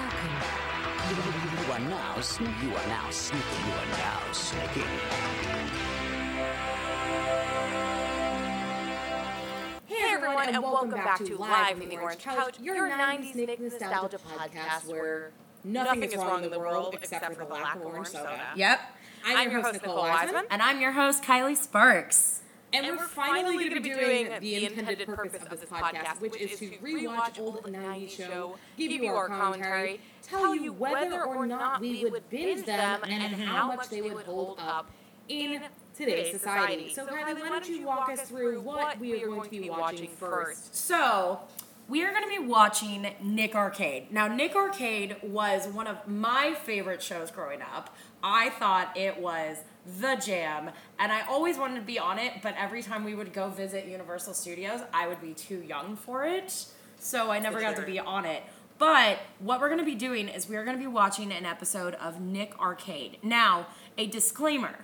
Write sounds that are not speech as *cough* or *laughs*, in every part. You are now sneaking. You are now sneaking. You are now sneaking. Hey everyone, and welcome back to Live from the Orange Couch, your 90s Nick Nostalgia podcast where nothing is wrong in the world except for the lack of orange soda. Yep. I'm your host Nicole Wiseman, And I'm your host, Kylie Sparks. and we're finally going to be doing the intended purpose of this podcast, which is to rewatch old 90s show, give you our commentary, tell you whether or not we would binge them, and how much they would hold up in today's society. So Kylie, why don't you walk us through what we are going to be watching first? So, we are going to be watching Nick Arcade. Now, Nick Arcade was one of my favorite shows growing up. I thought it was the jam, and I always wanted to be on it, but every time we would go visit Universal Studios, I would be too young for it. So, I never got to sure. be on it. But what we're going to be doing is we are going to be watching an episode of Nick Arcade. Now, a disclaimer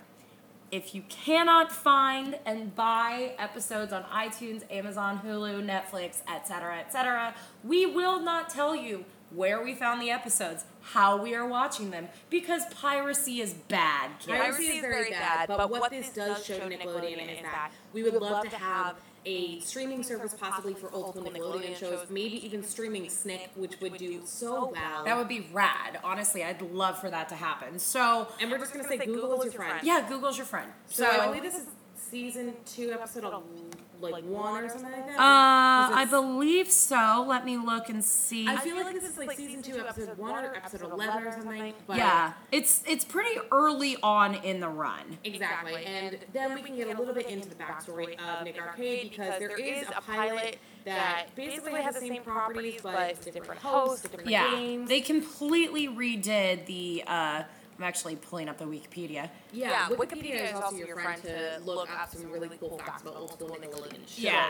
If you cannot find and buy episodes on iTunes, Amazon, Hulu, Netflix, etc., etc., we will not tell you where we found the episodes, how we are watching them, because piracy is bad. Kids. Piracy is very bad, but what this does show Nickelodeon is that we would love to have a streaming service possibly for old school Nickelodeon shows, maybe even streaming SNICK, which would do so well. That would be rad. Honestly, I'd love for that to happen. So, and we're just gonna say Google is your friend. yeah, Google's your friend. So, I believe this is season two, episode of, like one or something like that. Uh, Is I it- believe so. Let me look and see. I feel like this is like season two, episode one or episode eleven or something. But yeah, it's it's pretty early on in the run. Exactly. And then we can get a little bit into the backstory of Nick Arcade because there is a pilot that basically has the same properties but it's different hosts, different Yeah, games. they completely redid the. Uh, I'm actually pulling up the Wikipedia. Yeah, Wikipedia is also your friend to look up some really cool facts about old school Nickelodeon shows. Yeah.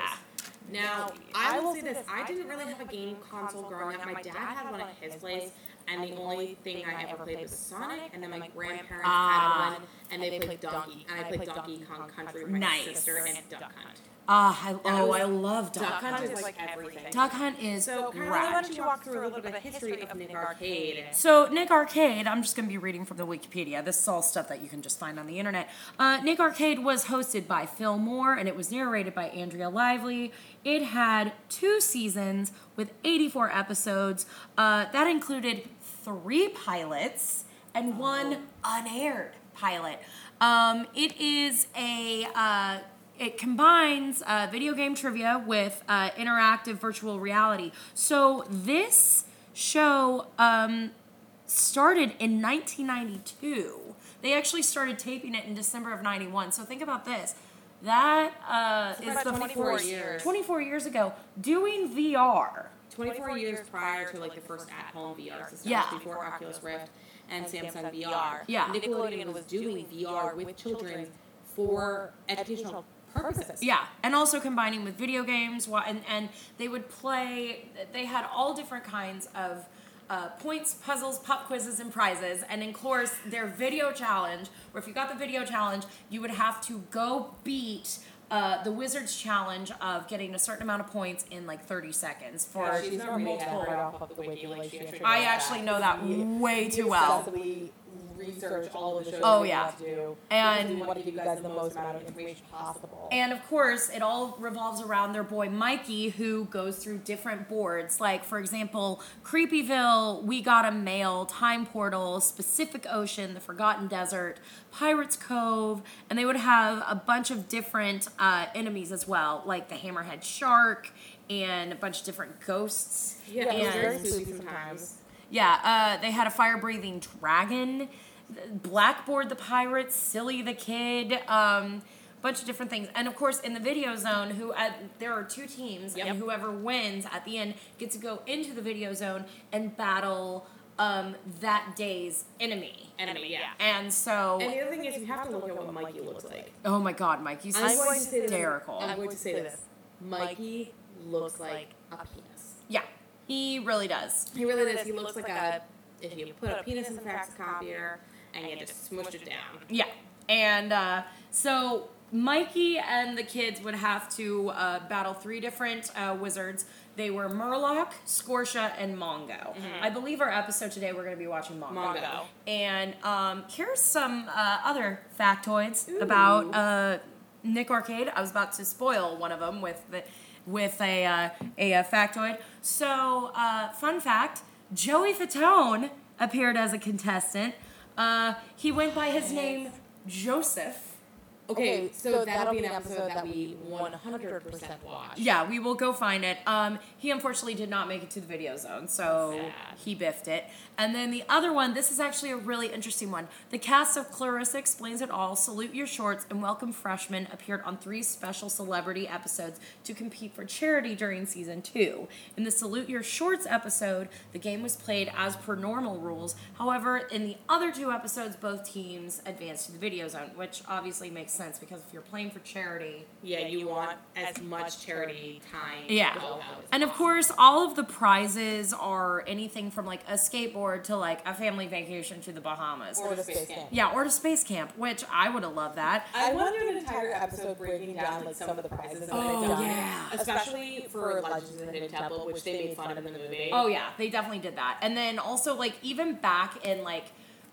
Now, I will say this. I didn't really have a game console growing up. My dad had one at his place, and the only thing I ever played was Sonic, and then my grandparents had one, and they played Donkey. And I played Donkey Kong Country with my Nice. sister and Duck Hunt. Ah, I, That oh, was- I love Duck Duck Hunt Hunt. is like everything. Duck Hunt is So, Carly, why rad. don't you walk through a little bit of the history of Nick Arcade? So, Nick Arcade, I'm just going to be reading from the Wikipedia. This is all stuff that you can just find on the internet. Uh, Nick Arcade was hosted by Phil Moore and it was narrated by Andrea Lively. It had two seasons with 84 episodes. Uh, that included three pilots and one unaired pilot. Um, it is a. Uh, it combines uh, video game trivia with uh, interactive virtual reality. So this show um, started in 1992. They actually started taping it in December of 91. So think about this. That uh, is about the 24 first- years. 24 years ago doing VR. 24 years prior to like the first at-home VR systems, Yeah. before Oculus Rift and Samsung VR. Yeah. Nickelodeon was doing VR with children for educational purposes. Yeah, and also combining with video games, wha- and and they would play. They had all different kinds of uh, points, puzzles, pop quizzes, and prizes, and of course their video challenge. Where if you got the video challenge, you would have to go beat. Uh, the wizard's challenge of getting a certain amount of points in like 30 seconds for She's not reading that multiple. right off of the wiki. Like, she actually I knows actually that. know that way too We well. obsessively research all of the shows. Oh, that we yeah. have to do And- because we want to give you guys the most amount of information possible. And of course, it all revolves around their boy Mikey, who goes through different boards. Like, for example, Creepyville, We Got a Mail, Time Portal, Pacific Ocean, The Forgotten Desert, Pirates Cove, and they would have a bunch of different uh, enemies as well, like the Hammerhead Shark and a bunch of different ghosts. Yeah, it was very and spooky sometimes. yeah, uh, they had a fire breathing dragon, Blackboard the pirate, Silly the kid, um, bunch of different things, and of course in the video zone, who uh there are two teams, Yep. and whoever wins at the end gets to go into the video zone and battle um, that day's enemy. Enemy, yeah. And so, And the other thing is, you have to look at what Mikey looks like. oh my God, Mike, he's I'm going to say this. hysterical. I'm going to say this. Mikey looks like a penis. yeah, he really does. He really does. He looks like a. If you put a penis in a fax copier and you just smushed it down. Yeah. And uh, so Mikey and the kids would have to uh, battle three different uh, wizards. They were Murloc, Scorsha, and Mongo. I believe our episode today we're going to be watching Mongo. Mongo. And um, here's some uh, other factoids about uh, Nick Arcade. I was about to spoil one of them with the, with a, uh, a, uh factoid. So, uh, fun fact: Joey Fatone appeared as a contestant. Uh, he went by his name Joseph. Okay, so, that'll be an episode that we 100% watch. Yeah, we will go find it. Um, he unfortunately did not make it to the video zone, so Sad. he biffed it. And then the other one, this is actually a really interesting one. The cast of Clarissa Explains It All, Salute Your Shorts, and Welcome Freshmen appeared on three special celebrity episodes to compete for charity during season two. In the Salute Your Shorts episode, the game was played as per normal rules. However, in the other two episodes, both teams advanced to the video zone, which obviously makes sense because if you're playing for charity, Yeah, you want as much charity time. yeah. to go out as And of possible. course, all of the prizes are anything from like a skateboard to like a family vacation to the Bahamas. Or the space camp. yeah, or to space camp, which I would have loved that. I wanted an entire episode breaking down like some of the prizes that Oh, they've done, yeah. especially for Legends of the Hidden Temple, which they made fun of in the movie. Oh yeah, they definitely did that. And then also like even back in like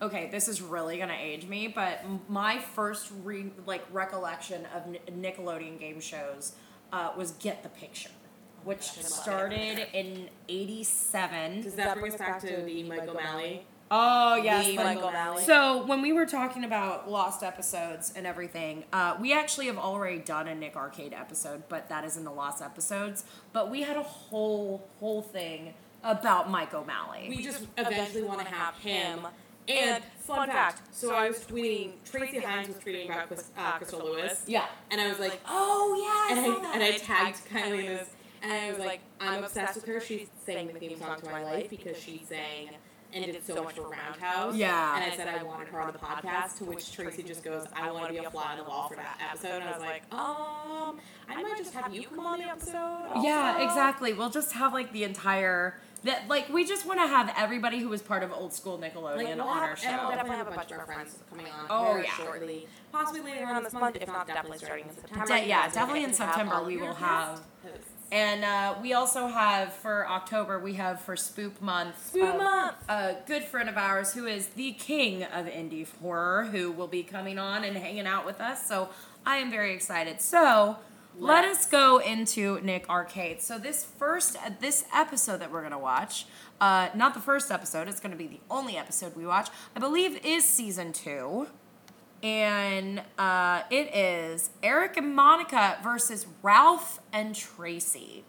okay, this is really going to age me, but m- my first re- like recollection of N- Nickelodeon game shows uh, was Get the Picture, Oh, which started in 87. Does that bring us back to the Michael Malley? Oh yes, the the- Michael Malley. So when we were talking about lost episodes and everything, uh, we actually have already done a Nick Arcade episode, but that is in the lost episodes. But we had a whole whole thing about Mike O'Malley. we just eventually want to have him. And fun fact, so I was tweeting, Tracy Hines was tweeting about Chris, uh, Crystal Lewis, yeah. and I was like, Oh yeah, and I saw I, that. and I tagged Kylie in this, and I was like, I'm obsessed with her. She sang the theme song to my life because she sang and did so much for Roundhouse. Yeah. And I said I wanted her on the podcast, to which Tracy just goes, I want to be a fly on the wall for that episode. And I was like, um, I might just have you come on the episode. Yeah, also." exactly. We'll just have like the entire that like we just want to have everybody who was part of old school Like, Nickelodeon we'll have- on our And we'll show. definitely have a bunch of our friends coming on Oh, very yeah. shortly. Possibly later on this month, if not definitely starting in September. De- You yeah, guys will definitely get in to have September all we your will have- guest hosts. And uh, we also have for October we have for Spoop Month. Spoop uh, Month. A good friend of ours who is the king of indie horror who will be coming on and hanging out with us. So I am very excited. So let us go into Nick Arcade. So this first uh, this episode that we're gonna watch, uh, not the first episode. It's gonna be the only episode we watch. I believe is season two. And uh, it is Eric and Monica versus Ralph and Tracy.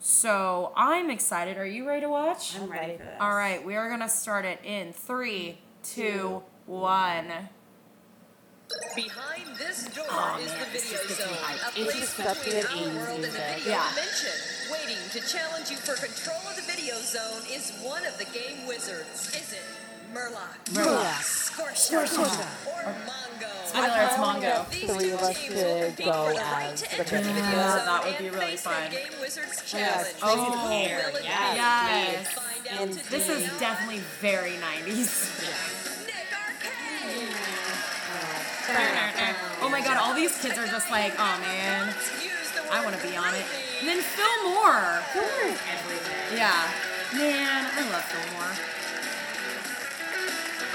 So I'm excited. Are you ready to watch? I'm ready for this. All right, we are gonna start it in three, two, one. Behind this door is Oh, man, the this video just gets me zone, hyped. a It's place just such between good our 80s world and the music. video Yeah. dimension. Waiting to challenge you for control of the video zone is one of the game wizards. Is it Murloc, Murloc. Scorsha, or Mongo? I know it's Mongo. These Three two of us teams should will compete go for the right as to the enter the video Yeah, zone that would be and really face the fun. Game Wizards Yes, Oh, challenge. Tracy Will Clear, it be Oh, yes. defeated? Find out And today This is on definitely very *laughs* 90s. Nick Arcade. Oh my god, all these kids are just like, oh man, I wanna be on it. And then Phil Moore. Yeah. Man, I love Fillmore.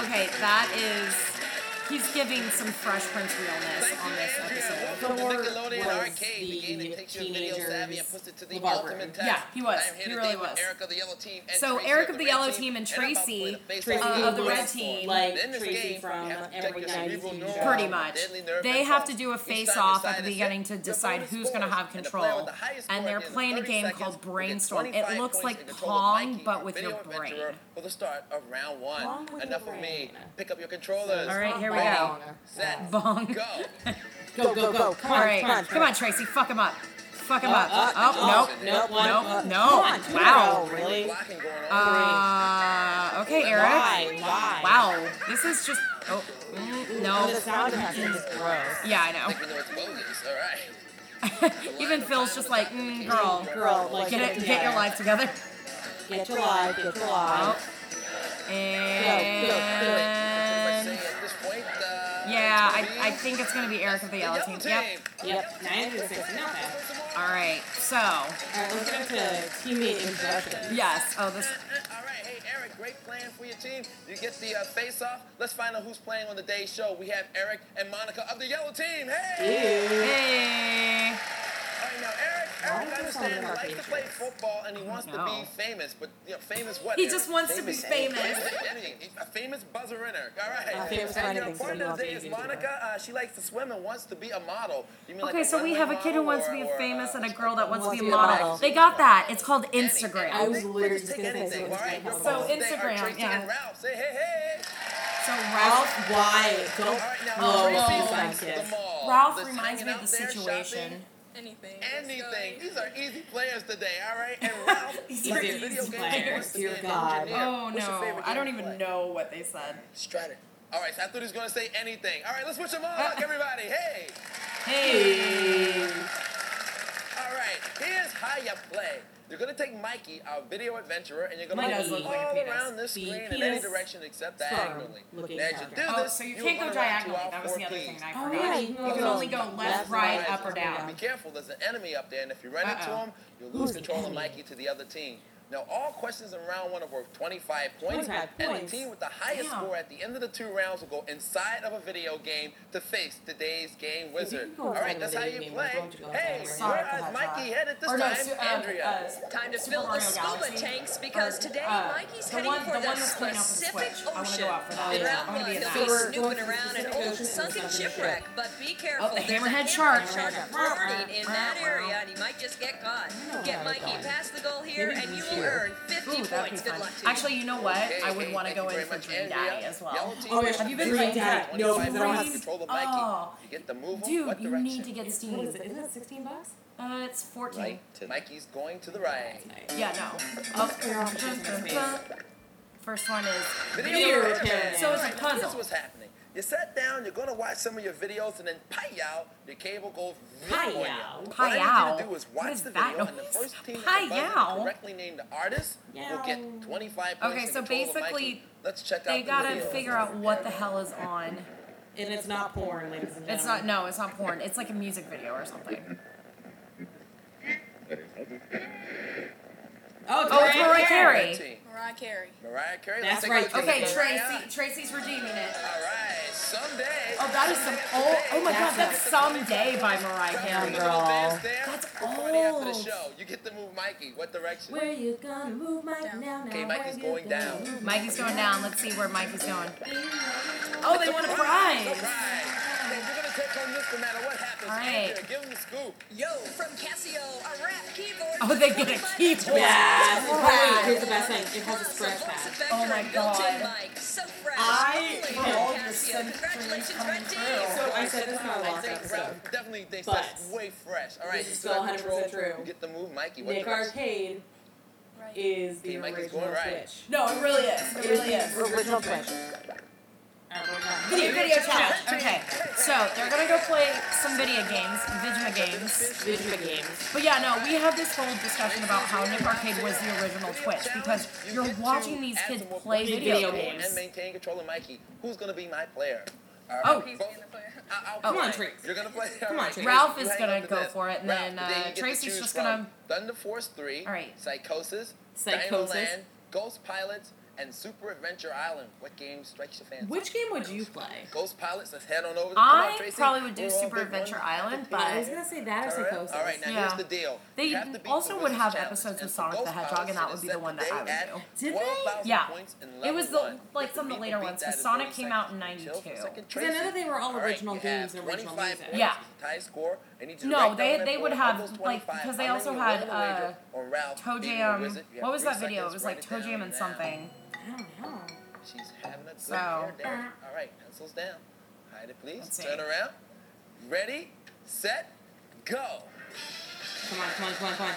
Okay, that is. He's giving some Fresh Prince realness on this episode. *laughs* Welcome to Thor Nickelodeon was Arcade, the the game that takes your video savvy and teenagers' puts it to the LeVar Burton. ultimate test. Yeah, he was. I am He here today really with was. Eric of the Yellow Team and So Tracy Eric of of the Red Yellow Team and and I'm about to play Tracy, the base Tracy uh, off of the against Red us. Team. Like In this Tracy game, from you have to every protect your 90s cerebral show. neurons Pretty much. deadly nerve They and have thoughts. to do a Each time you face-off at decide the to hit, beginning to your decide opponent who's gonna scores, have and the control. player with the highest And score they're at the end of playing a 30 game seconds called will get Brainstorm. It 25 looks points like in control of Pong, Mikey, but our with video your brain. adventurer, For the start of round Pong one. with Enough your of me. brain. Pick up your controllers. All right, here we go. Bong. Set. Bong. Go. Go, go, go. Come All on, right, come on. Uh, come on, Tracy, fuck him up. Fuck him up. up, Oh, up, nope, up, nope, up, nope, up. no. uh, Come on, two in Wow. a row, really? Blocking going on. Uh, okay, Eric. Why? Why? Wow, this is just. Oh, mm, no. The sound effect is gross. Yeah, I know. *laughs* Like we know it's bogus. All right. Even Phil's just like, mm, girl, Girl, like, get it, get your together. life together. Get your life, get your life. Oh. And Yeah, I, I think it's gonna be Erica the The Yellow yellow Team. uh, team. Yep. Yep, 960. Not bad. All right. So Alright, let's get into teammate induction. yes. Oh, this. Uh, uh, all right, hey Eric, great plan for your team. You get the uh, face off. Let's find out who's playing on the day's show. We have Eric and Monica of the Yellow Team. Hey! Hey. All right, now Eric, Why Eric, is I this on understand he our likes to pages? play football and he wants to know. be famous, but you know, famous what? He Eric? just wants to be famous. at anything. A famous buzzer winner. All right. Uh, famous for and your anything, so partner you of the don't day have is to use it, right? Monica. Uh, she likes to swim and wants to be a model. You mean like Okay, so we runway have a kid who model wants to or- be or, famous uh, and a girl that wants to wants be a model. They got that. It's called I Instagram. was literally just gonna say anything. something All right, about that. your phones So today are Instagram, Tracy yeah. and Ralph. Say hey, hey. So Ralph, Ralph. why? Don't. All right, now Oh, Tracy Ralph likes likes the this. mall. Ralph Just reminds hanging me of out the there, situation. shopping. Anything. Anything. These are easy players today, all right? And *laughs* Ralph, These like are a easy video game players. wants to be Dear an God. engineer. Oh What's your no, favorite I don't game to even play? know what they said. Strategy. All right, so I thought he was going to say anything. All right, let's wish him Uh, luck, everybody. Hey. Hey. All right, here's how you play. You're going to take Mikey, our video adventurer, and you're going to Mikey go does look like a all penis. around this The screen in any penis direction except song diagonally. looking Now, as you character. do Oh, this, so you you'll can't go run around to diagonally. our That was four the other keys. thing that I Oh, forgot. yeah, You you can go only go left, left, right, right, up, or Be down. Uh-uh. careful, there's an enemy up there, and if you run into Uh-oh. him, you'll lose Who's the control of enemy? Mikey to the other team. Now, all questions in round one are worth 25 points, 25 and points. the team with the highest Damn. score at the end of the two rounds will go inside of a video game to face today's game can wizard. go All right, inside of a that's how video you game, play. why don't you go Hey, inside Sorry where for is that Mikey shot. headed this Or no, time, Su- uh, Andrea? uh, Time to Super fill the Mario scuba Galaxy. tanks because Or, today uh, Mikey's the heading one- for the the, one that's coming off the Pacific Switch. I wanna go Ocean. out for that. In Yeah, round I wanna one, be a they'll nice- be snooping We're around an going to old the sunken ocean. shipwreck, but be careful. Oh, the There's a hammerhead hammerhead shark. shark Hammerhead. floating in that area, and he might just get caught. where Get I'm Mikey going. past the goal here, Maybe and you he's will here. earn 50 Ooh, that'd be points. Good fun. luck to you. Actually, you know what? Hey, I would hey, want to thank go you in very for much, Dream Andrea. Daddy as well. Yellow team Oh, yeah, wants have to you been play. Dream Daddy? No, because I don't 25 have points, to- control of Mikey. Oh. You get to move him. Dude, what you direction? need to get What is Steve's. it? Isn't it 16 bucks? Uh, it's 14. Right. Mikey's going to the right. Yeah, no. Oh, Yeah. dun, dun, dun. First one is Video repair. repair. So it's a Alright, now Here's puzzle. what's happening. You sat down, you're going to watch some of your videos, and then pie out, your cable goes Pie on you. out. Pie What I need you out? to do is What watch is the that video, and the noise? first team Pie that the out? buzzer correctly named the artist will get 25 points. Okay, and so control of basically, Mikey. Let's check out they the gotta videos. figure out what the hell is on. And it's not porn, ladies and gentlemen. It's not. No, it's not porn. It's like a music video or something. Oh, Oh, it's Mariah Mariah Carey. Carey. Team. Mariah Carey. Mariah Carey. That's let's take a right, look at Okay, it. Tracy. Tracy's redeeming it. All right, someday. Oh, that is some. Oh, oh my God, that's someday by Mariah Grab Carey. your little dance there That's before the after the old. show. You get to move Mikey. What direction? Where you gonna move Mike Down. now? now Okay, where Mikey's you going gonna down. move Mikey's going down. Let's see where Mikey's going. Oh, they won a prize. Surprise! Hey, You're gonna take home this no matter what happens. All right. Andrea, give him the scoop. Yo, from Casio, a rap keyboard. Oh, they get a 25 keyboard. Yes. Wow. Wait, here's the best thing. It has a scratch pad. Oh my God. So fresh. I- Only for from all your Casio. sensories Congratulations, coming Red through. Team. So I said this in our I last think episode. Ralph definitely thinks But that's way fresh. All right, this you is still still have 100% control. true. You get the move, Mikey. What Nick direction? Arcade is the Okay, Mike is original going right. Switch. No, it really is. It really is. Original Switch. Video, video challenge. Okay, so they're gonna go play some video games, video *laughs* games. Video games. But yeah, no, we had this whole discussion about how Nick Arcade was the original Twitch because You you're get to watching these add kids some more play points to video the score games. And maintain control of Mikey. Who's gonna be my player? All Oh. right, He's go- being the player. I- I'll Come play. on, Trace. You're gonna play. Come on, Trace. Ralph You is hang gonna on to go this. for it, and Ralph, then, uh, today you get to Tracy's choose just from gonna- Thunder Force Three. All right. Psychosis. Psychosis. Dinoland, Ghost Pilots and Super Adventure Island. What game strikes your fancy? Which game would you play? Ghost Pilots. Let's head on over. Come on, I Tracy. probably would do We're all Super big Adventure ones. Island, I was but gonna say that or All right, Psychosis. All right, now Yeah. here's the deal. They You have to beat also the would Wizard's have Challenge, episodes with and for Sonic the Ghost Hedgehog, Pilots, and that it would is be the set one that today I would at do. Did they? 12,000 Yeah. points in It level was the- one. like, If some of you the later beat ones, that 'cause in Sonic 30 came out in seconds, chill for a 92. second, Because I know Tracy. that they were all All right, original you games have and original 25 music. points Yeah. is the tie score. I need you to No, write they- down that they would ball. Of have, those like, 25, because they how also many are had, on the uh, wager on Ralph Toe beating the Jam. Wizard? You have What was three that video? It seconds, was write like down Toe Jam and now. something. I don't know. She's having a good So- hair day. All right, pencils down. Hide it, please. Let's see. Turn around. Ready, set, go. Come on, come on, come on, come on.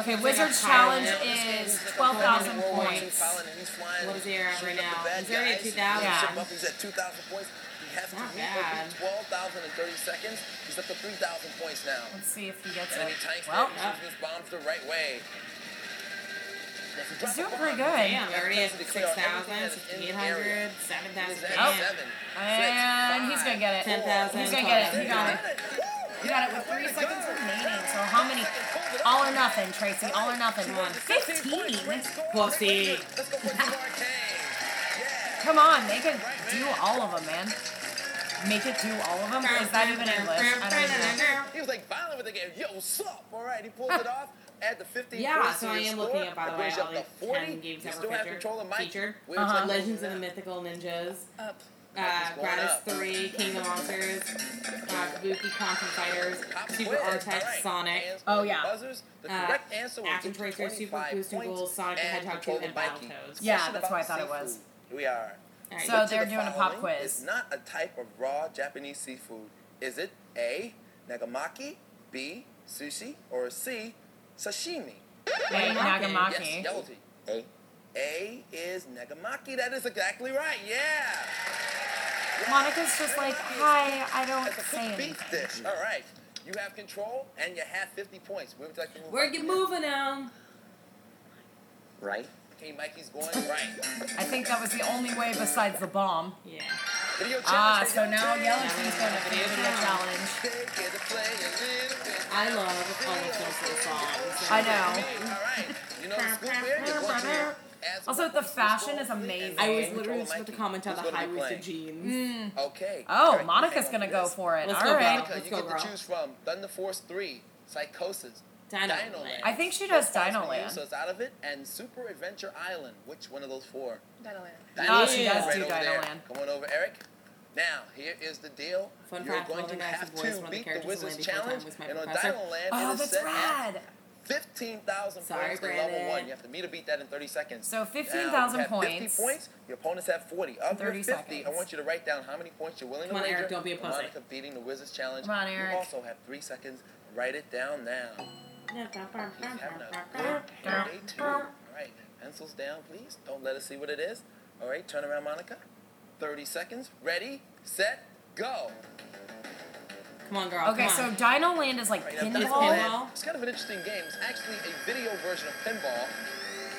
Okay, They Wizard's got Tyler. Challenge is He's like a 12,000 Roman warrior, he's points. piling and he's flying. What is he at Shooting right up the now? bad Is he already at guys. 2,000? He's Yeah. up, He's at 2,000 points. He has to Not beat over bad. 12,000 in 30 seconds. He's up to 3,000 points now. Let's see if he gets Enemy it. tanks Well, that shooting his bombs the right way. If you he's drop the doing bomb, pretty Damn, good. they're already at Clear out everything 6,000, that is in the area. 800, He's 7,000. at Oh. seven, six, And five, he's He's gonna get it. 10,000 He's gonna get it. You got it. You got it with three seconds remaining. So how many? All or nothing, Tracy. All or nothing. One. Fifteen. Pussy. Let's go with Jamar Kane. Yeah. Come on, make it do all of them, man. Make it do all of them. Is that even English? I don't even know. *laughs* He was like violent with the game. Yo, sup? All right, he pulls *laughs* it off. Add the 15 Yeah, points so to I your am score. looking at, by That the way, brings you up all to these 40. 10 games You ever still have feature- control of Mike. feature. We're just like- Uh-huh. Legends of the Mythical Ninjas. Up. Uh, It's going Gratis up. 3, King of Monsters, uh, Kabuki Constant Fighters, Top Super quiz. Artex, All right. Sonic, Hands Oh, on the yeah. buzzers. The Uh, correct answer was Action Tracer, Super 25 Boost and points Gold, Sonic the and Hedgehog 2, control and the Mikey. Battletoads. Yeah, Question that's why I about thought it was. seafood. Here we are. All right. So Which of Oh, they're the doing a pop following quiz. Is not a type of raw Japanese seafood. Is it A. Nagamaki, B. Sushi, or C. Sashimi? Hey, Yes, Nagamaki. yellow tea. A. A is Nagamaki. That is exactly right. Yeah. Yeah. Monica's just like, hi, I don't That's a say cooked beef anything. dish. All right. You have control and you have 50 points. Where would you like to move? Where on you to? moving now? Right? Okay, Mikey's going right. *laughs* I think that was the only way besides the bomb. Yeah. Video challenge. Ah, for so yellow now tea. Yellow Team's going to video challenge. Take it to play a little bit. I love all of those little songs. I know. All right. You know the scoop here? You're going to ask Also, the questions, fashion score, is amazing. I was and literally control just about to Mikey. comment on Who's the gonna high be waisted playing? jeans. Okay. All Oh, right, Monica's hang on gonna to go this. for it. Let's All go, right. Monica. Monica, Let's you go, get girl. to choose from Thunder Force 3, Psychosis, Dino Dino Land. Land. I think she does Four points Dino for you, Land. So it's out of it. And Super Adventure Island. Which one of those four? Oh, she Yeah. does Right do Dino over there. Land. Come on over, Eric. Now, here is the deal. Fun You're fact, going to Golden Axe have voice to one of the beat the characters in Land Wizard's Before Time Challenge. was my And on professor. Dino Land, Oh, it is that's set at rad. 15,000 Sorry, points to level Brandon. 1. You have to meet or beat that in 30 seconds. So Now, you 15,000 have points. 50 points. Your opponents have 40. Of 30 your 50, I seconds. want you to write down how many points you're willing Come to on, wager. Eric, don't be a for pussy. Monica beating the Wizard's Challenge. Come on, Eric. You also have 3 seconds. Write it down now. He's having a good hair day, too. All right, pencils down, please. Don't let us see what it is. All right, turn around, Monica. 30 seconds. Ready, set, go. Come on, girl. Okay, so come on. Dino Land is like Right, now, Pinball? Pinball pinball. Land, It's kind of an interesting game. It's actually a video version of pinball,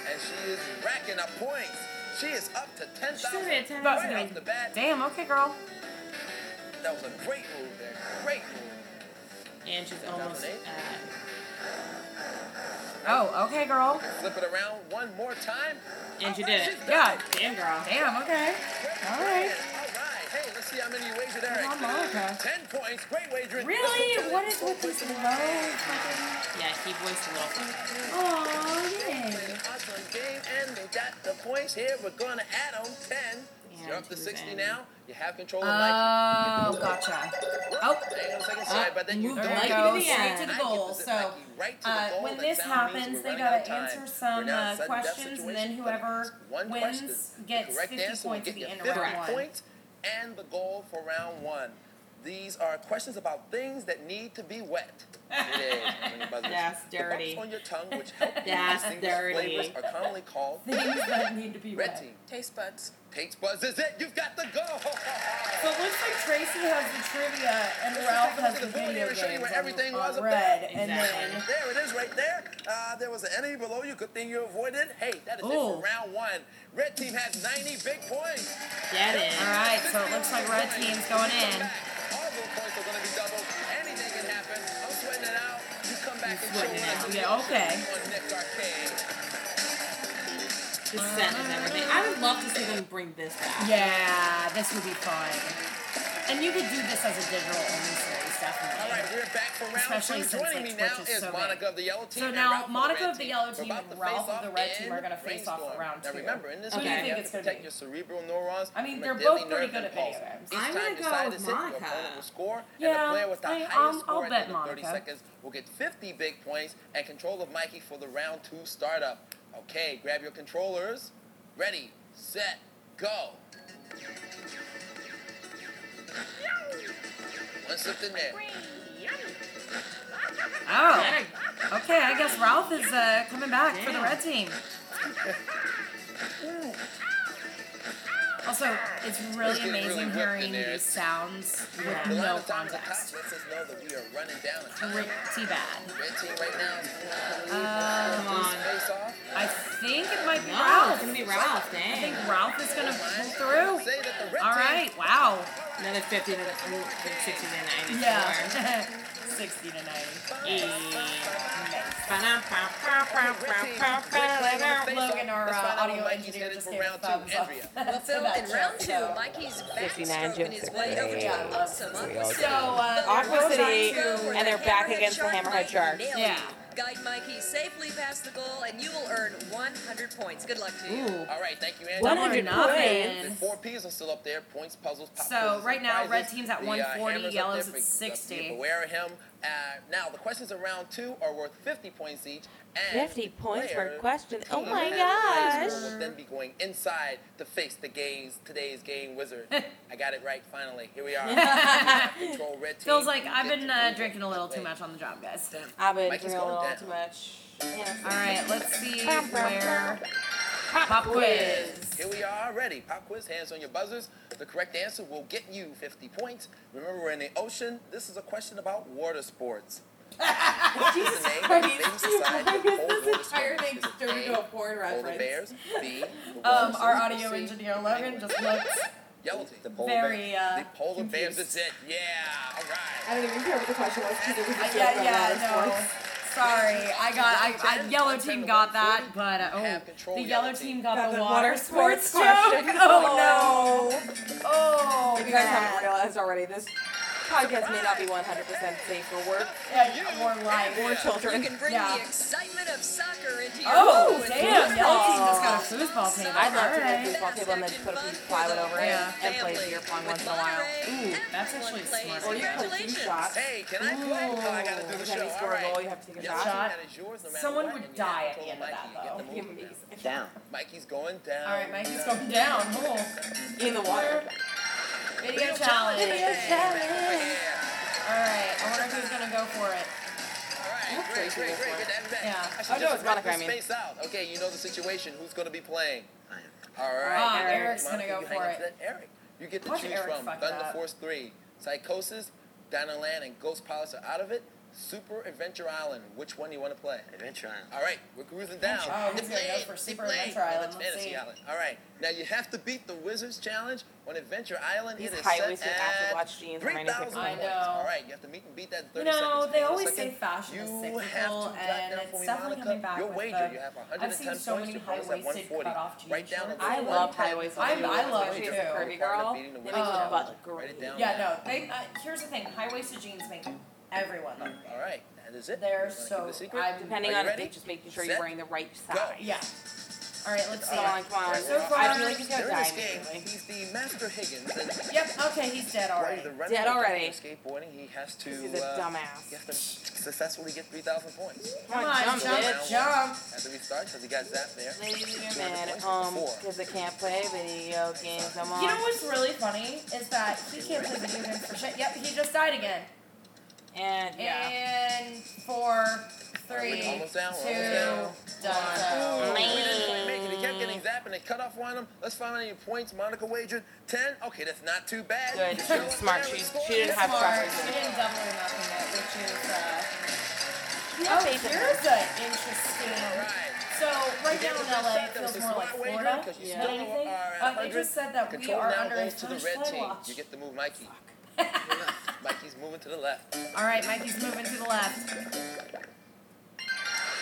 and she is racking up points. She is up to 10,000 already at 10,000. right off the bat. Damn. Okay, girl. That was a great move there. Great move. and she's almost. Uh, Oh, okay, girl. Flip it around one more time. and she All right, did it. she's done Yeah. Damn, girl. Damn. Okay. Great All right. win. All right. Hey, let's see how many you wagered, Eric. on, Monica. Ten points. Great wagering. Really? What is with this? these low fucking? Yeah, he voiced a little thing. Oh, yay. Awesome game, and they got the points here. We're gonna add on ten. You're up to And sixty then- now. You have control Uh, of Mikey. Oh, gotcha. Oh. Hang on a second. Sorry about that. You moved don't the There like Mikey it it. to goes the straight end. to the Mikey goal. is it, So Mikey, right to the uh, goal. when That this sound means happens, we're they running out gotta of time. answer We're some now in uh, sudden death questions, and then situation, but whoever it's one question. wins The gets correct 50 answer will points at get the you end of 50 round one. points and the goal for round one. These are questions about things that need to be wet. It is. How many buzzers? Yes, The bumps dirty. on your tongue, which *laughs* help you Yes, distinguish dirty. flavors, are commonly called Things that need to be red read. team. Taste buds. Tate's buzz is it. You've got the *laughs* go. So it looks like Tracy has the trivia and Ralph has the video Show you games where everything on, was on up red, there. and Exactly. then There it is, right there. Uh, there was an enemy below you. Good thing you avoided. it. Hey, that is it Ooh. for round one. Red team has 90 big points. Get it. all right, so it looks like red team's going in. All those points are going to be doubled. Anything can happen. I'm sweating it out. You come back and show sweating it us out. the Yeah, okay. on Nick Arcade. The set and everything. I would love to see them bring this back. Yeah, this would be fun. And you could do this as a digital only series, All definitely. right, we're back for round Especially two. since, Joining like, me now Twitch is, is so big. Monica of the yellow team. So and now Ralph of Monica red of the yellow We're team about and to Ralph face of the off red team in are gonna face off brainstorm. round Now two. remember, in this Who do you game, think you have it's to gonna protect be? your cerebral neurons. I mean, from they're a both deadly pretty nerve good at impulse. video games. Each I'm time gonna go your side with is hit, your Monica. opponent will score, and Yeah, the player with the I- highest I'll- score I'll at bet the end of 30 Monica. seconds will get 50 big points and control of Mikey for the round two startup. Okay, grab your controllers. Ready, set, go. One slipped in there. Oh, okay. I guess Ralph is uh, coming back for the red team. Also, it's really getting really amazing whipped in hearing there. these sounds Yeah. with A lot no of times the cops context. lets us know that we are running down a time. Pretty bad. Red team right now is going to Uh, Come on. face off. I think it might be Wow, it's Ralph. gonna be Ralph. I think Dang. Ralph is gonna pull through. Say that the red All team- right. Wow. Another 50 to 60 to 90. *laughs* Yeah. 60 to 90. Logan, our Let's uh, find out audio what Mikey's engineer, headed just for gave a round thumbs two, up. *laughs* Andrea. Well, Phil, in round two, So- Mikey's 59 backstroking his jokes way over to Yeah, an awesome Aqua So, uh, Aqua we're City, trying to- and they're back against the Hammerhead Shark. Yeah. Guide Mikey safely past the goal, and you will earn 100 points. Good luck to you. Ooh. All right, thank you, Andrew. One 100 hundred The nothing. four P's are still up there. Points, puzzles, pop So quizzes, right and now, prizes. red team's at The, uh, 140, hammer's up yellows there at for- uh, 60. Be aware of him. Uh, now the questions in round two are worth 50 points each. And 50 points per player question. Oh team my and the players gosh. Will then be going inside to face the game's today's game *laughs* wizard. I got it right finally. Here we are. Control red team. Feels like I've Get been to uh, move drinking a on little the too play. much on the job, guys. Damn. I've been Mikey's drinking a going little down. too much. All right, let's *laughs* see where pop quiz. Here we are already. Pop quiz, hands on your buzzers. The correct answer will get you 50 points. Remember, we're in the ocean. This is a question about *laughs* water sports. What is the name of the famous society of old water This entire sports? thing just turned into a porn Polar reference. bears, *laughs* B, the Um, walruses, our audio C, engineer *laughs* Logan just looks. Yellow, the polar very, bears. uh, the polar bears. confused. That's it. Yeah. All right. I don't even care what the question was because it was just Yeah, about yeah, water no. sports. Sorry, I got. I, I yellow team got that, but uh, oh, the yellow team got the water sports joke. *laughs* Oh Oh no. no! Oh, You guys man. haven't realized already this podcast may not be 100% safe for work Yeah, more life. or children. You can bring Yeah. the excitement of soccer into your home Oh, with damn! Foosball. Y'all team just got a foosball team. I'd love to get a Alright. foosball table and then just put a piece of plywood over it Yeah. and play beer pong once in a while. Ooh, that's actually a smart Or you idea. can play two shots. Hey, can I play? Oh, I gotta do the Every show. time you All score a right. goal, you have to take a Yeah, shot. shot. that is yours no matter Someone what, would and you have die to at the end of Mikey, that, you get though. the It'd be *laughs* movement amazing. down. Mikey's going down. All right, Mikey's going down. Cool. In the water. Video challenge. challenge. All right, I wonder who's gonna go for it. Alright, great, great, great. Get that back. Yeah. I should Oh, no, just it's Monica, rip I this mean. Space out. Okay, you know the situation. Who's going to be playing? All right. Ah, Eric. Eric's gonna Monica, go you hang for up it. to that Eric, you get to Watch choose Eric from fuck it Thunder up. Force 3, Psychosis, Dino Land, and Ghost Palace are out of it. Super Adventure Island. Which one do you want to play? Adventure Island. All right, we're cruising down. Oh, he's It's gonna go late, for it's Super late. Adventure Oh, Island. that's Let's Fantasy see. Island. All right, now you have to beat the Wizards Challenge on Adventure Island. These it is set high-waisted at acid-watch jeans are my new 3,000 favorite. I points. know. All right, you have to meet and beat that in You 30 know, seconds. they Hang on a always second. say fashion is You cyclical, have to and jot down it's for me, definitely Monica, coming back Your with wager, the- you have I've 110 seen so points. many Your bonus at high-waisted 140. cut-off jeans Right down shirts. to I the love 110. highways. I- I love it, She's a too. curvy girl. They Beating the make winners. the butt Write great. it down. Yeah, no. They, uh, here's the thing: high-waisted jeans make everyone look All right, that is it. They're You wanna keep so. the secret? I'm Depending Are you on if ready? they just making sure Set, you're wearing the right go. size. Yeah. All right, let's see. Come on, come on. So far, I feel like he's gonna During die this game, immediately. he's the master Higgins, and Yep. Okay, he's dead while already. the running Dead of already. skateboarding, he has to. He's a uh, He dumbass. has to successfully get 3,000 points. Come on, jump, bitch. jump, jump. Has to restart because he got zapped there. Ladies and 200 gentlemen, points um, before. because I can't play video games no more. You know what's really funny is that he can't play video games for shit. Yep, he just died again. And yeah. And four, three, We're almost two, down, we're almost done. We didn't quite make it. He kept getting zapped and they cut off on him. Let's find out any points. Monica wagered 10. Okay, that's not too bad. Good. Just She show was us smart. there She, and score. she didn't have Smart. preferences. He didn't double or nothing yet, which is, uh... Oh, here's an All interesting... right. So, right now in LA, it feels more like Florida Yeah. than anything. Uh, they just said that we Control are now under a goes to the Spanish red team. watch. You get to move *laughs* Mikey. Mikey's moving to the left. All right, Mikey's moving to the left.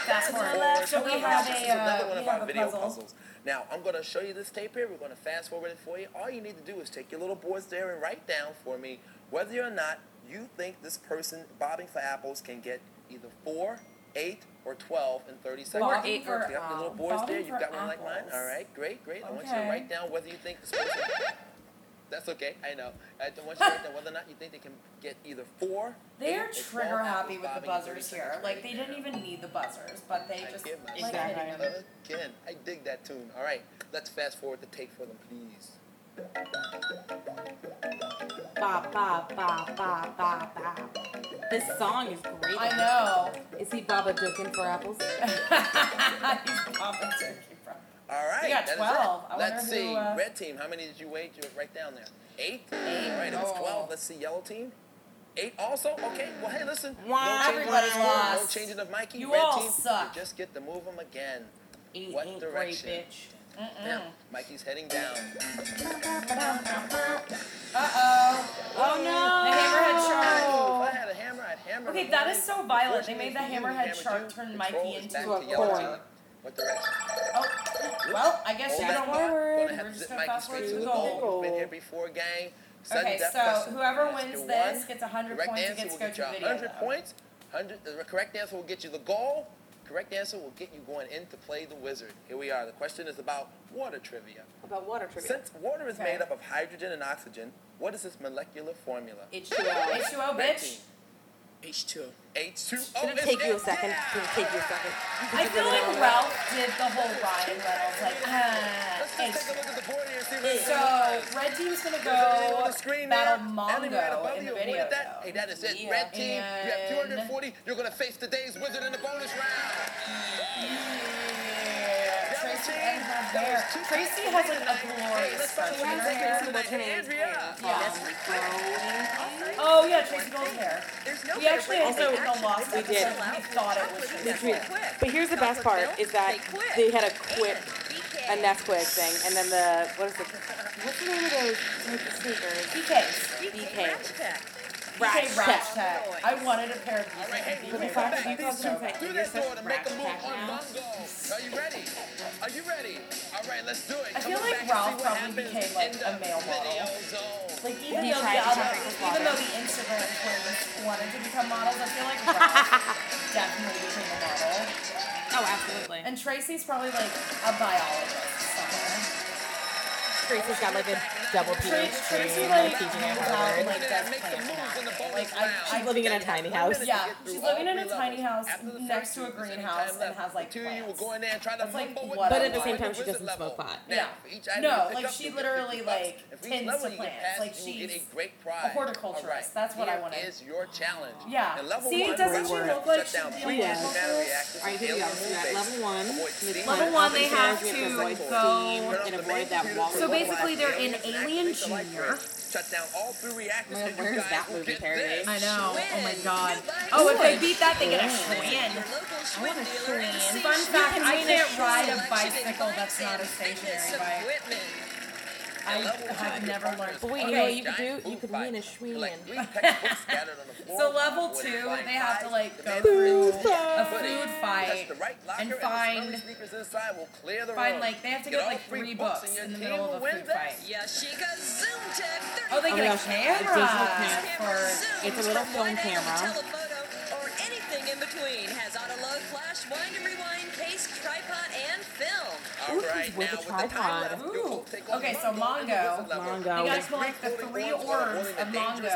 Fast Or forward. So we another have one- a, another uh, one we of our have a video puzzle. puzzles. Now I'm gonna show you this tape here. We're gonna fast forward it for you. All you need to do is take your little boards there and write down for me whether or not you think this person bobbing for apples can get either four, eight, or twelve in 30 seconds. Bobbing Or eight You for- got your little um, boards there. bobbing You've for got one like mine. apples. All right, great, great. I want you to Okay. write down whether you think this person. *laughs* That's okay. I know. I don't want you to write down whether or not you think they can get either four. They eight, are or 12 trigger happy with apples the bobbing in 30 buzzers here. seconds. Like they didn't even need the buzzers, but they I just get my like exactly. hitting them. again. I dig that tune. All right, let's fast forward the tape for them, please. Ba ba ba ba ba ba. This song is great. I know. *laughs* Uh, Is he Baba Dukin for apples? He's popping turkey from. All right, got that is 12. it. I let's wonder see, who, uh, red team. How many did you wait? You right down there. Eight. Eight. All right, it was Oh. twelve. Let's see, yellow team. Eight also. Okay. Well, hey, listen. Wow, no changing of everybody score, No lost. changing of Mikey. You red all team. suck. You just get to move them again. He What ain't great, direction? bitch. Now, Mikey's heading down. Oh no! The hammerhead shark. If I had a hammer, I'd hammer Oh. Okay, him. that is so violent. They Unfortunately made the for you, hammerhead hammer shark two. turn The Mikey troll is into back a to yellow corn. tail. What direction? Oh, well, I guess you Hold don't that want. thought. Gonna We're have to just zip gonna Mikey's fast forward face to to the the goal. goal. We've been here before, gang. Sudden Okay, death so question. whoever Answer wins one. this gets 100 Correct points and answer gets will to go get to you video, 100 though. points. 100, the correct answer will get you the goal. Correct answer will get you going in to play the wizard. Here we are. The question is about water trivia. About water trivia. Since water is Okay. made up of hydrogen and oxygen, what is its molecular formula? H2O. H2O, bitch. H2O. H2O. Did it is take you a it? second? Yeah! Did it take you a second? I feel like Ralph did the whole Ryan Reynolds, like, ah, Let's H. just take a look at the board here and see what it So, Red Team's gonna Everything go on the screen battle there. Enemy right above Mongo in the you. video, Avoided though. that. Hey, that is it. Red team, you have 240. You're going to face today's wizard in the bonus round. Yeah, Tracy and her That hair. was two Tracy has packs of like a tonight. Hey, glorious let's talk scrunch in about her who's hair. taking tonight. Andrea. Oh yeah, Tracy Gold's hair. There's no We actually had also taken the lost we episode. did. We thought it was We Tracy's did. hair. But here's the best part is that they had a quip, a Nesquik thing, and then the what is the what's the name of those like, sneakers? PKs. BK. PK Ratch Ratchet. Tag. I wanted a pair of All right, hey, these. we're PK back. Ratch Tag. These two So- through that door to make a move on Mongo. Are you ready? Are you ready? All right, let's do it. I feel Come on like back and Ralph see what probably happens became, like, in a the male model. video zone. Like even though the other, even though the Instagram twins wanted to become models, I feel *laughs* like Ralph definitely became a model. Oh, absolutely. And Tracy's probably like a biologist somewhere. Tracy's got like a double Tra- PhD Tracy in like teaching at hangs out and, Harvard. like Women does that make the plants moves in the and all. Like bonus I, round. I She's living in a tiny house. Yeah, Get through she's all living in three a tiny levels. house After the next to a first two, there's greenhouse time and left. has, like, The two of you will plants. go in there and try to That's, like, mumble what I with the But at the wizard same time, she level. doesn't smoke pot. Now, Yeah. for each item No, you pick like, up, she you get literally, 50 bucks. like, If each tends level to you get plants. past, Like, you will get she's a great prize. a horticulturist. All right, That's what I here wanted. is your challenge. Yeah. And level See, one, doesn't she look Ralph shut like she down did three Yeah. battery reactors Are you going and to be alien honest with that? moon Level one. Avoid Miss steam. Level Lynn, one, they Alpha have Sarah, to Avoid go- Steam, and avoid that wall. So basically, they're in Alien Junior. Shut down all three reactors. Man, and you where's guys that will movie get parody? this. I know. Oh my god. Goodbye, Oh, if they Schwinn. beat that, they get a Schwinn. I want a Schwinn. Fun fact: I can't ride a bicycle that's not a stationary bike. I have never learned. But wait, you know what Okay, you could do? You could win a Schwinn. *laughs* so level two, they have to like go through a food fight and find find like they have to get like three books in the middle of a food fight. Yashica Zoom Tech 30 Oh, Oh they my get a gosh, a digital camera camera for. zooms it's a little from film wide angle camera. telephoto or anything in between has auto load, flash, wind and rewind, case, tripod, and film. All right, Ooh, with now a with the time tripod. left, you will take on Okay, so Mongo in the Mongo- wizard level. Mongo. You Oh, gotta the collect the three orbs of Mongo.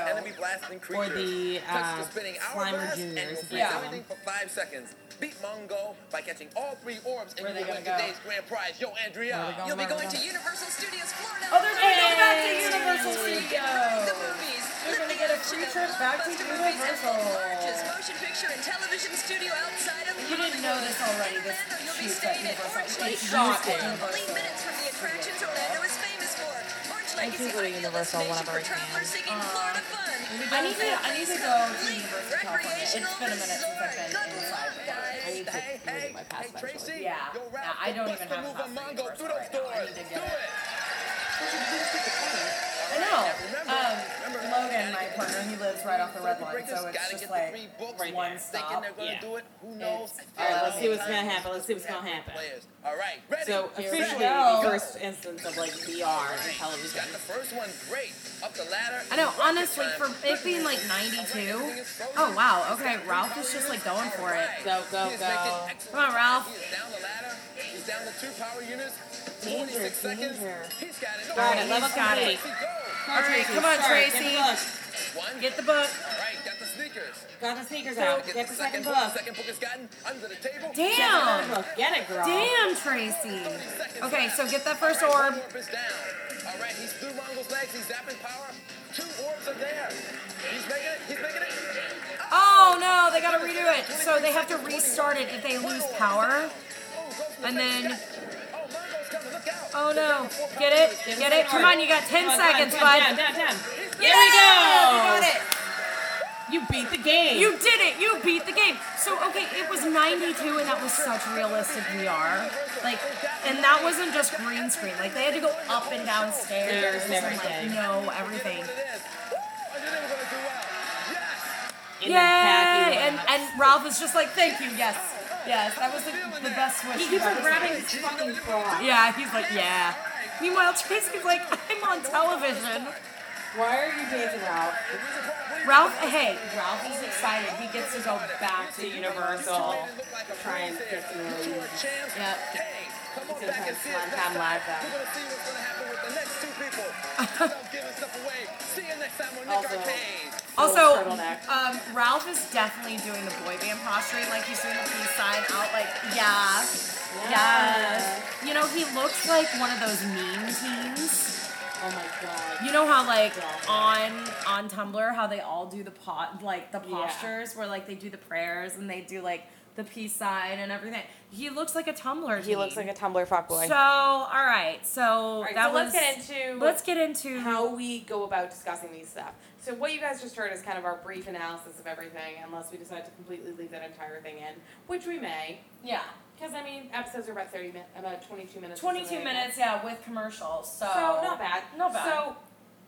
Or the, uh, Slimer Juniors, is like that everything for five seconds. Beat Mongo by catching all three orbs, and Where they you will gonna win go? today's grand prize. Yo, Andrea. You'll be going to Universal Studios Florida. Oh, they're going Friday. back to Universal Studios. The movies. They're gonna Let the get a action free of trip back to blockbuster movies at the Universal. largest motion picture and television studio outside of You didn't know this already, this Orlando, you'll be shoot's at staying at Universal. Orange Lake It's Golf shocking. Club, only minutes from the attractions Orlando is famous for. Orange Lake is the keep going ideal Universal destination whenever for I can. travelers seeking Uh, Florida fun. I need to I need to go to Universal California. It's Recreational been a minute since resort. I've been inside. Good luck, guys. need to Hey, look hey, at my hey, past Tracy. actually. Yeah. Yo, Nah, Ralph, I don't bust even the have move a on pass for Mongo through Universal right now. those I need doors. to Do get it. it. I know. Um, Logan, my partner, he lives right off the red line, so it's just like one Thinking stop. they're gonna Yeah. do it. Who It's- knows? I feel Alright, like let's see what's gonna sometimes happen. Let's see what's we have gonna great happen. Players. All right, ready. So Here we officially, go. the first instance of like VR in television. Got the first one great up the ladder. I know, honestly, for it being like 92. Oh, wow. Okay, Ralph is just like going for it. Go, go, He is go. making excellent Come on, Ralph. time. He is down the ladder. He's down the two power units. Danger, 46 seconds. danger. He's got it. Got Oh, it, level he's complete. Go. All right, come on, Start, Tracy. Get the book. One. Get the book. All right, got the sneakers. Got the sneakers Gotta out. Get the second book. The second book is gotten under the table. Get the Damn. third book. Get it, girl. Damn, Tracy. Okay, so get that first All right, orb. one orb is down. All right, he's through Mongo's legs. He's zapping power. Two orbs are there. He's making it. He's making it. Oh no, they gotta redo it. So they have to restart it if they lose power. And then- Oh no. Get it? Get it? Come on, you got 10 seconds, Down, bud. down, down. There we go. You beat the game. You did it. You beat the game. So okay, it was 92, and that was such realistic VR. Like, and that wasn't just green screen. Like they had to go up and down stairs and like know everything. And Yay! then Kathy And went up. and Ralph was just like, thank you, yes, yes. That was the, the best wish. He keeps on grabbing his fucking frog. Yeah, he's like, yeah. Meanwhile, Chase is like, I'm on television. Why are you dancing, Ralph? Ralph, hey, Ralph is excited. He gets to go back to Universal. Try and get some really Yep. sometimes slime time live though. *laughs* Also, Also, turtleneck. um, Ralph is definitely doing the boy band posture, like he's doing the peace sign out, like yeah, yeah. You know, he looks like one of those meme teens. Oh my god. You know how like on on Tumblr, how they all do the pot, like the postures, where like they do the prayers and they do like the peace sign and everything. He looks like a Tumblr. He looks like a Tumblr fuckboy. So all right, so that so let's was. get into- let's get into how we go about discussing these stuff. So what you guys just heard is kind of our brief analysis of everything, unless we decide to completely leave that entire thing in, which we may, yeah. because I mean episodes are about thirty minutes, about twenty-two minutes. or 22 something like minutes, yeah, with commercials. So, that. So not bad, Not bad. So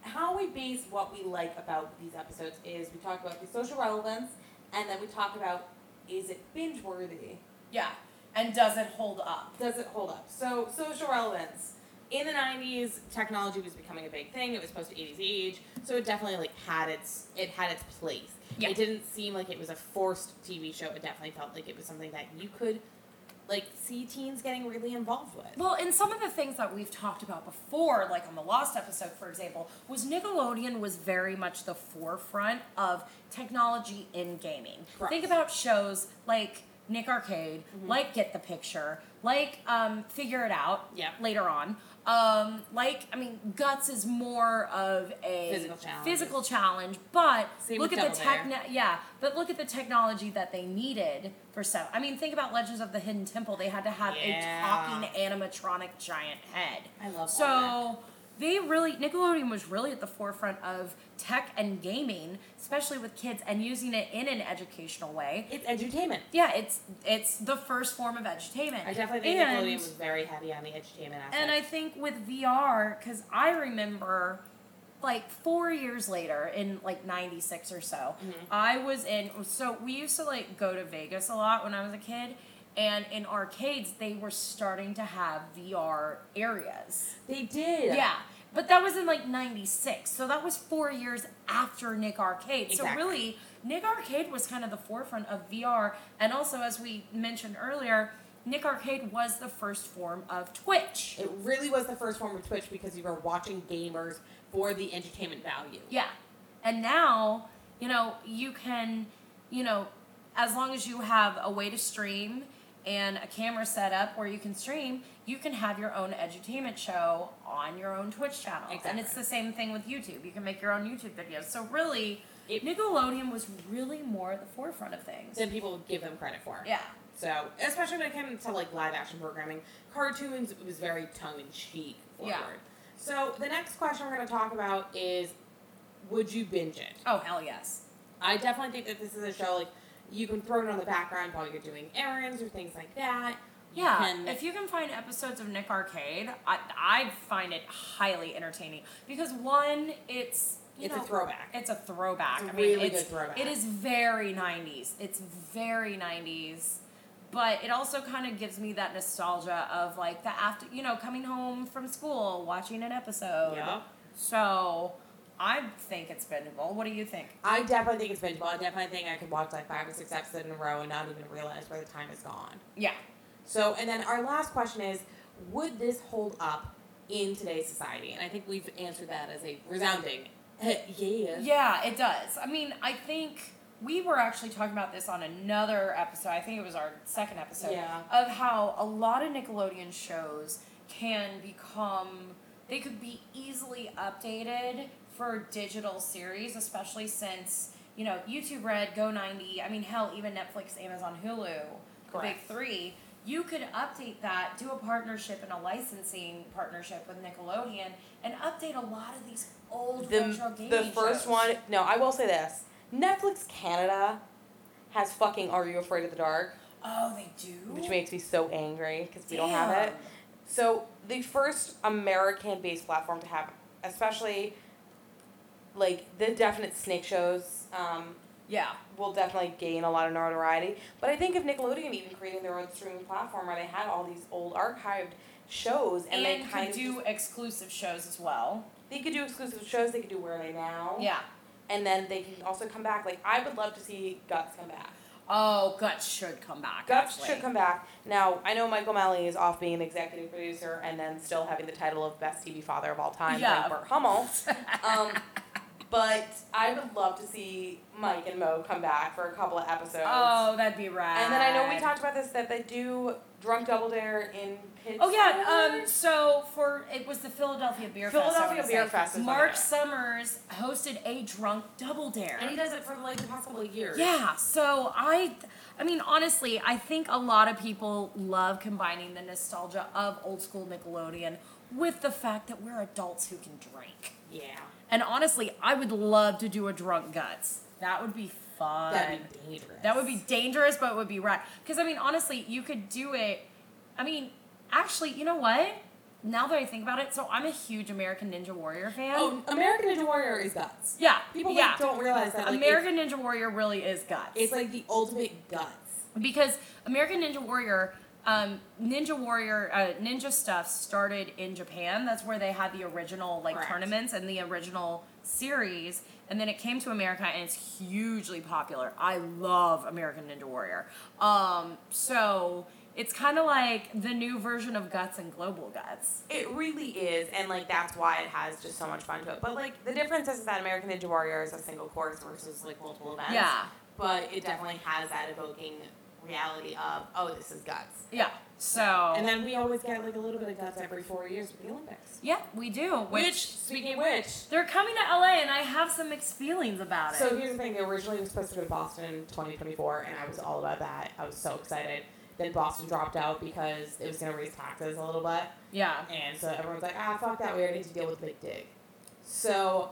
how we base what we like about these episodes is we talk about the social relevance, and then we talk about is it binge worthy. Yeah. And does it hold up? does it hold up? So social relevance. In the '90s, technology was becoming a big thing. It was post '80s age, so it definitely like had its it had its place. Yeah. It didn't seem like it was a forced TV show. It definitely felt like it was something that you could like see teens getting really involved with. Well, and some of the things that we've talked about before, like on the Lost episode, for example, was Nickelodeon was very much the forefront of technology in gaming. Correct. Mm-hmm. Think about shows like Nick Arcade, like Get the Picture, like um, Figure It Out Yeah. later on. Um, like, I mean, Guts is more of a Physical challenge. physical challenge, but Same look with at the Double Dare. techno- yeah, but look at the technology that they needed for stuff. I mean, think about Legends of the Hidden Temple. They had to have Yeah. a talking animatronic giant head. I love So all they really Nickelodeon was really at the forefront of tech and gaming, especially with kids and using it in an educational way. It's edutainment. Yeah, it's it's the first form of entertainment. I definitely think and, Nickelodeon was very heavy on the edutainment aspect. and I think with VR cuz I remember like 4 years later in like 96 or so, I was in so we used to like go to Vegas a lot when I was a kid. And in arcades, they were starting to have VR areas. they did. Yeah. But that was in like 96. So that was four years after Nick Arcade. Exactly. So really, Nick Arcade was kind of the forefront of VR. And also, as we mentioned earlier, Nick Arcade was the first form of Twitch. It really was the first form of Twitch because you were watching gamers for the entertainment value. Yeah. And now, you know, you can, you know, as long as you have a way to stream and a camera set up where you can stream, you can have your own edutainment show on your own Twitch channel. And it's Exactly. the same thing with YouTube. You can make your own YouTube videos. So really, It- Nickelodeon was really more at the forefront of things. Then people would give them credit for. Yeah. So, especially when it came to like live action programming, cartoons was very tongue in cheek forward. Yeah. So the next question we're going to talk about is, would you binge it? Oh, hell yes. I definitely think that this is a show like you can throw it on the background while you're doing errands or things like that. You Yeah, can- if you can find episodes of Nick Arcade, I, I find it highly entertaining because one, it's you It's a know, throwback. It's a throwback. It's a I really mean, good it's, throwback. It is very '90s. It's very '90s, but it also kind of gives me that nostalgia of like the after, you know, coming home from school, watching an episode. Yep. So, I think it's bingeable. What do you think? I definitely think it's bingeable. I definitely think I could watch like five or six episodes in a row and not even realize where the time is gone. Yeah. So, and then our last question is Would this hold up in today's society? And I think we've answered that as a resounding yeah. Yeah, it does. I mean, I think we were actually talking about this on another episode. I think it was our second episode Yeah. of how a lot of Nickelodeon shows can become they could be easily updated for digital series, especially since you know YouTube Red, Go ninety. I mean, hell, even Netflix, Amazon, Hulu, the big Correct. three. You could update that, do a partnership and a licensing partnership with Nickelodeon, and update a lot of these old retro The, gaming the first shows. one, no, I will say this Netflix Canada has fucking Are You Afraid of the Dark? Oh, they do. which makes me so angry because we don't have it. So the first American-based platform to have, especially like the definite snake shows, um, Yeah. will definitely gain a lot of notoriety. But I think if Nickelodeon even created their own streaming platform where they had all these old archived shows and, And, they could kind of do just- exclusive shows as well. they could do exclusive shows, they could do Where Are They Now, Yeah. and then they can also come back. Like I would love to see Guts come back. Oh, Guts should come back. Guts actually. should come back. Now, I know Michael Malley is off being an executive producer and then still having the title of best TV father of all time, Yeah. like Burt *laughs* Hummel. Um, but I would love to see Mike and Mo come back for a couple of episodes. Oh, that'd be rad. And then I know we talked about this that they do Drunk Double Dare in Pittsburgh. Oh yeah. Um. So for it was the Philadelphia Beer Fest. I Philadelphia wanna Beer say. Fest is Mark on it. Summers hosted a drunk double dare. And he does it for like the past couple of years. Yeah. So I, I mean, honestly, I think a lot of people love combining the nostalgia of old school Nickelodeon with the fact that we're adults who can drink. Yeah. And honestly, I would love to do a drunk guts. That would be fun. That'd be dangerous. That would be dangerous, but it would be right. Because I mean, honestly, you could do it. I mean, actually, you know what? Now that I think about it, so I'm a huge American Ninja Warrior fan. Oh, American Ninja Warrior is guts. yeah, People yeah. like, don't realize that. Like, American Ninja Warrior really is guts. It's, it's like the ultimate guts. because American Ninja Warrior, um, Ninja Warrior, uh, Ninja stuff started in Japan. That's where they had the original like Correct. tournaments and the original series, and then it came to America and it's hugely popular. I love American Ninja Warrior. Um, so it's kind of like the new version of Guts and Global Guts. It really is, and like that's why it has just so much fun to it. But like the difference is that American Ninja Warrior is a single course versus like multiple events. Yeah, But it definitely has that evoking reality of oh this is guts. yeah. So And then we always get like a little bit of guts every four years with the Olympics. yeah, we do. Which, speaking of which, they're coming to LA, and I have some mixed feelings about it. So here's the thing. Originally, it was supposed to go to Boston in 2024, and I was all about that. I was so excited. Then Boston dropped out because it was going to raise taxes a little bit, yeah. and so everyone's like, ah, fuck that. We already need to deal with Big Dig. So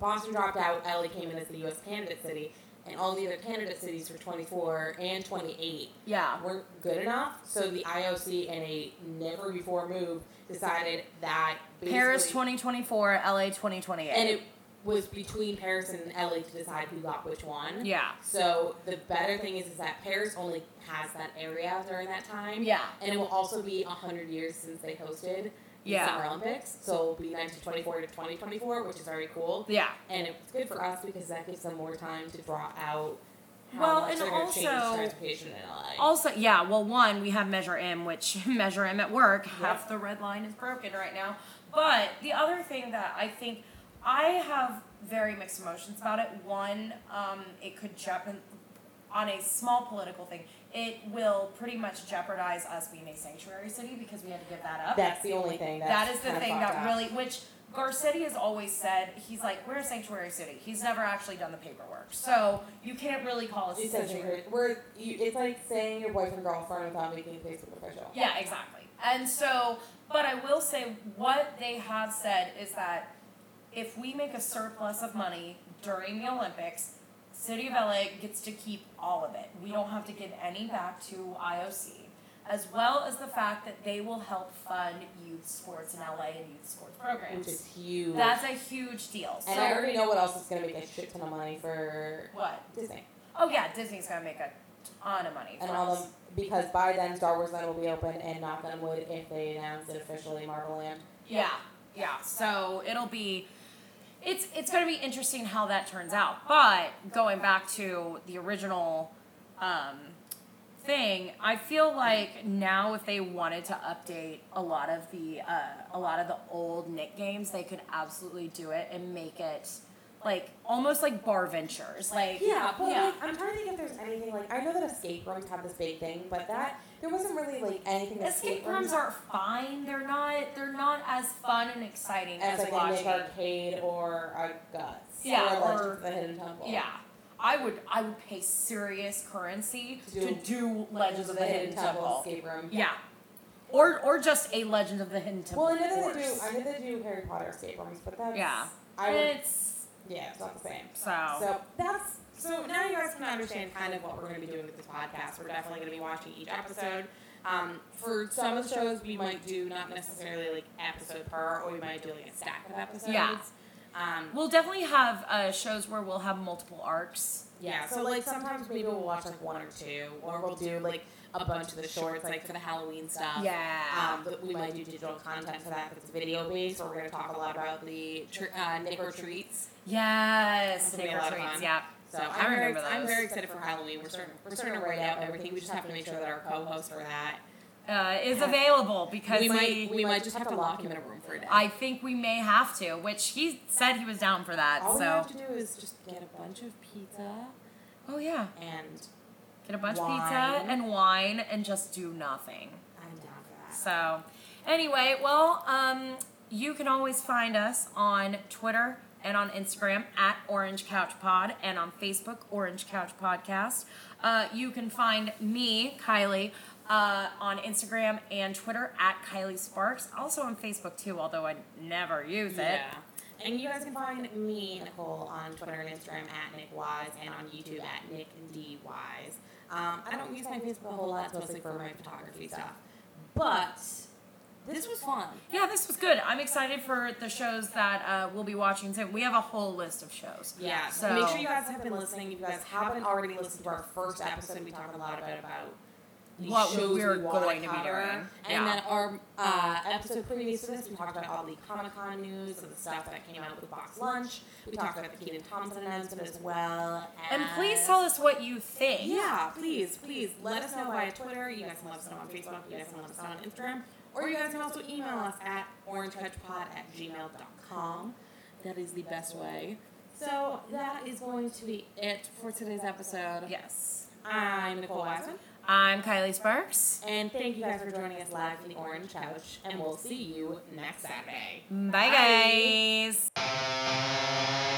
Boston dropped out. LA came in as the U.S. candidate city, and all the other candidate cities for 24 and 28 Yeah. weren't good enough. So the IOC, in a never before move, decided that Paris basically- 2024, LA 2028. and it was between Paris and LA to decide who got which one. yeah. So the better thing is, is that Paris only has that area during that time. Yeah. And it will also be 100 years since they hosted the Yeah. Summer Olympics. So it'll be 1924 to 2024, which is already cool. Yeah. And it's good for us because that gives them more time to draw out how Well, much and they're gonna change also- transportation in LA. Also, yeah, well, one, we have Measure M, which *laughs* Measure M at work, half the red line is broken right now. But the other thing that I think I have very mixed emotions about it one, um, it could jeopard on a small political thing, it will pretty much jeopardize us being a sanctuary city because we had to give that up. that's the only thing. That's that is the kinda thing fucked that up. really, which Garcetti has always said, he's like, we're a sanctuary city. He's never actually done the paperwork. So you can't really call us a It's such sanctuary. a- We're, you, it's like saying your boyfriend girlfriend without making it Facebook official. Yeah, exactly. And so, but I will say what they have said is that if we make a surplus of money during the Olympics, City of LA gets to keep all of it. We don't have to give any back to IOC, as well as the fact that they will help fund youth sports in LA and youth sports Which is programs. huge. That's a huge deal. and I So, already know what else is going to make a shit ton of money for what? Disney. Oh, yeah, Disney's going to make a ton of money. And from all us. them, because by then Star Wars Land will be open and knock on wood if they announce it officially Marvel Land. Yeah, yeah. So it'll be, it's it's going to be interesting how that turns out. But going back to the original um, thing, I feel like now if they wanted to update a lot of the uh, a lot of the old Nick games, they could absolutely do it and make it like almost like bar ventures. Like Yeah, but yeah. like I'm trying to think if there's anything like I know that escape rooms have this big thing, but that there wasn't really like anything that Escape rooms are fine. They're not. They're not as fun and exciting as as, like a Nick watching arcade or a guts Yeah, or, Legends or- of the Hidden Temple. Yeah. I would I would pay serious currency To do to do Legends of the Hidden Temple. escape room. Yeah. Or or just a Legend of the Hidden Temple. Well, I know they do. course. I know they do Harry Potter escape rooms, but that's Yeah. I would, it's yeah, it's not the same. so, So that's So now you guys can understand kind of what we're going to be doing with this podcast. We're definitely going to be watching each episode. Um, for some of the shows, we might do not necessarily like episode per, or we might do like a stack of episodes. Yeah. Um, We'll definitely have uh, shows where we'll have multiple arcs. yeah. So like sometimes maybe we'll watch like one or two, or we'll do like a bunch of the shorts, like for the Halloween stuff. Yeah. Um, but we might do digital content for that. If it's video based, we're going to talk a lot about the tr- uh, Nick or treats. Yes. That's gonna be a lot of fun. Yeah. So I I'm very, remember I'm those. very excited for Halloween. We're starting, we're starting to write out everything. We just have to make sure that our co-host for that. Uh, is available because We he- might, we might just have to lock him in a room for a day. I think we may have to, which he said he was down for that. All we so, have to do is just get a bunch of pizza oh yeah, and get a bunch of Wine. pizza and wine and just do nothing. I'm down for that. So, anyway, well, um, you can always find us on Twitter and on Instagram at Orange Couch Pod and on Facebook Orange Couch Podcast. Uh, you can find me, Kylie. Uh, on Instagram and Twitter at Kylie Sparks, also on Facebook too, although I never use it. Yeah. And you guys can find me, Nicole, on Twitter and Instagram at Nick Wise and on YouTube at Nick D Wise. Um, I don't use my Facebook a whole lot, it's mostly for my photography stuff. But this was fun. Yeah, this was good. I'm excited for the shows that uh, we'll be watching soon. We have a whole list of shows. Yeah, So- so make sure you guys have been listening. If you guys haven't already listened to our first episode, we talked a lot about about the What shows we're we wanna going to be cover. doing. and Yeah. then our uh, episode previous to this, we talked about all the Comic Con news and the stuff that came out with Box Lunch. We talked about the Keenan Thompson announcement as well. And as- please tell us what you think. Yeah, please, please let us know via Twitter. You guys can let us know on Facebook. You guys can let us know on Instagram. Or you guys can also email us at orangehedgepod at gmail.com. That is the best way. So that is going to be it for today's episode. Yes. I'm Nicole Wiseman. I'm Kylie Sparks. And thank you guys for joining us live in the Orange Couch. And we'll see you next Saturday. Bye, guys.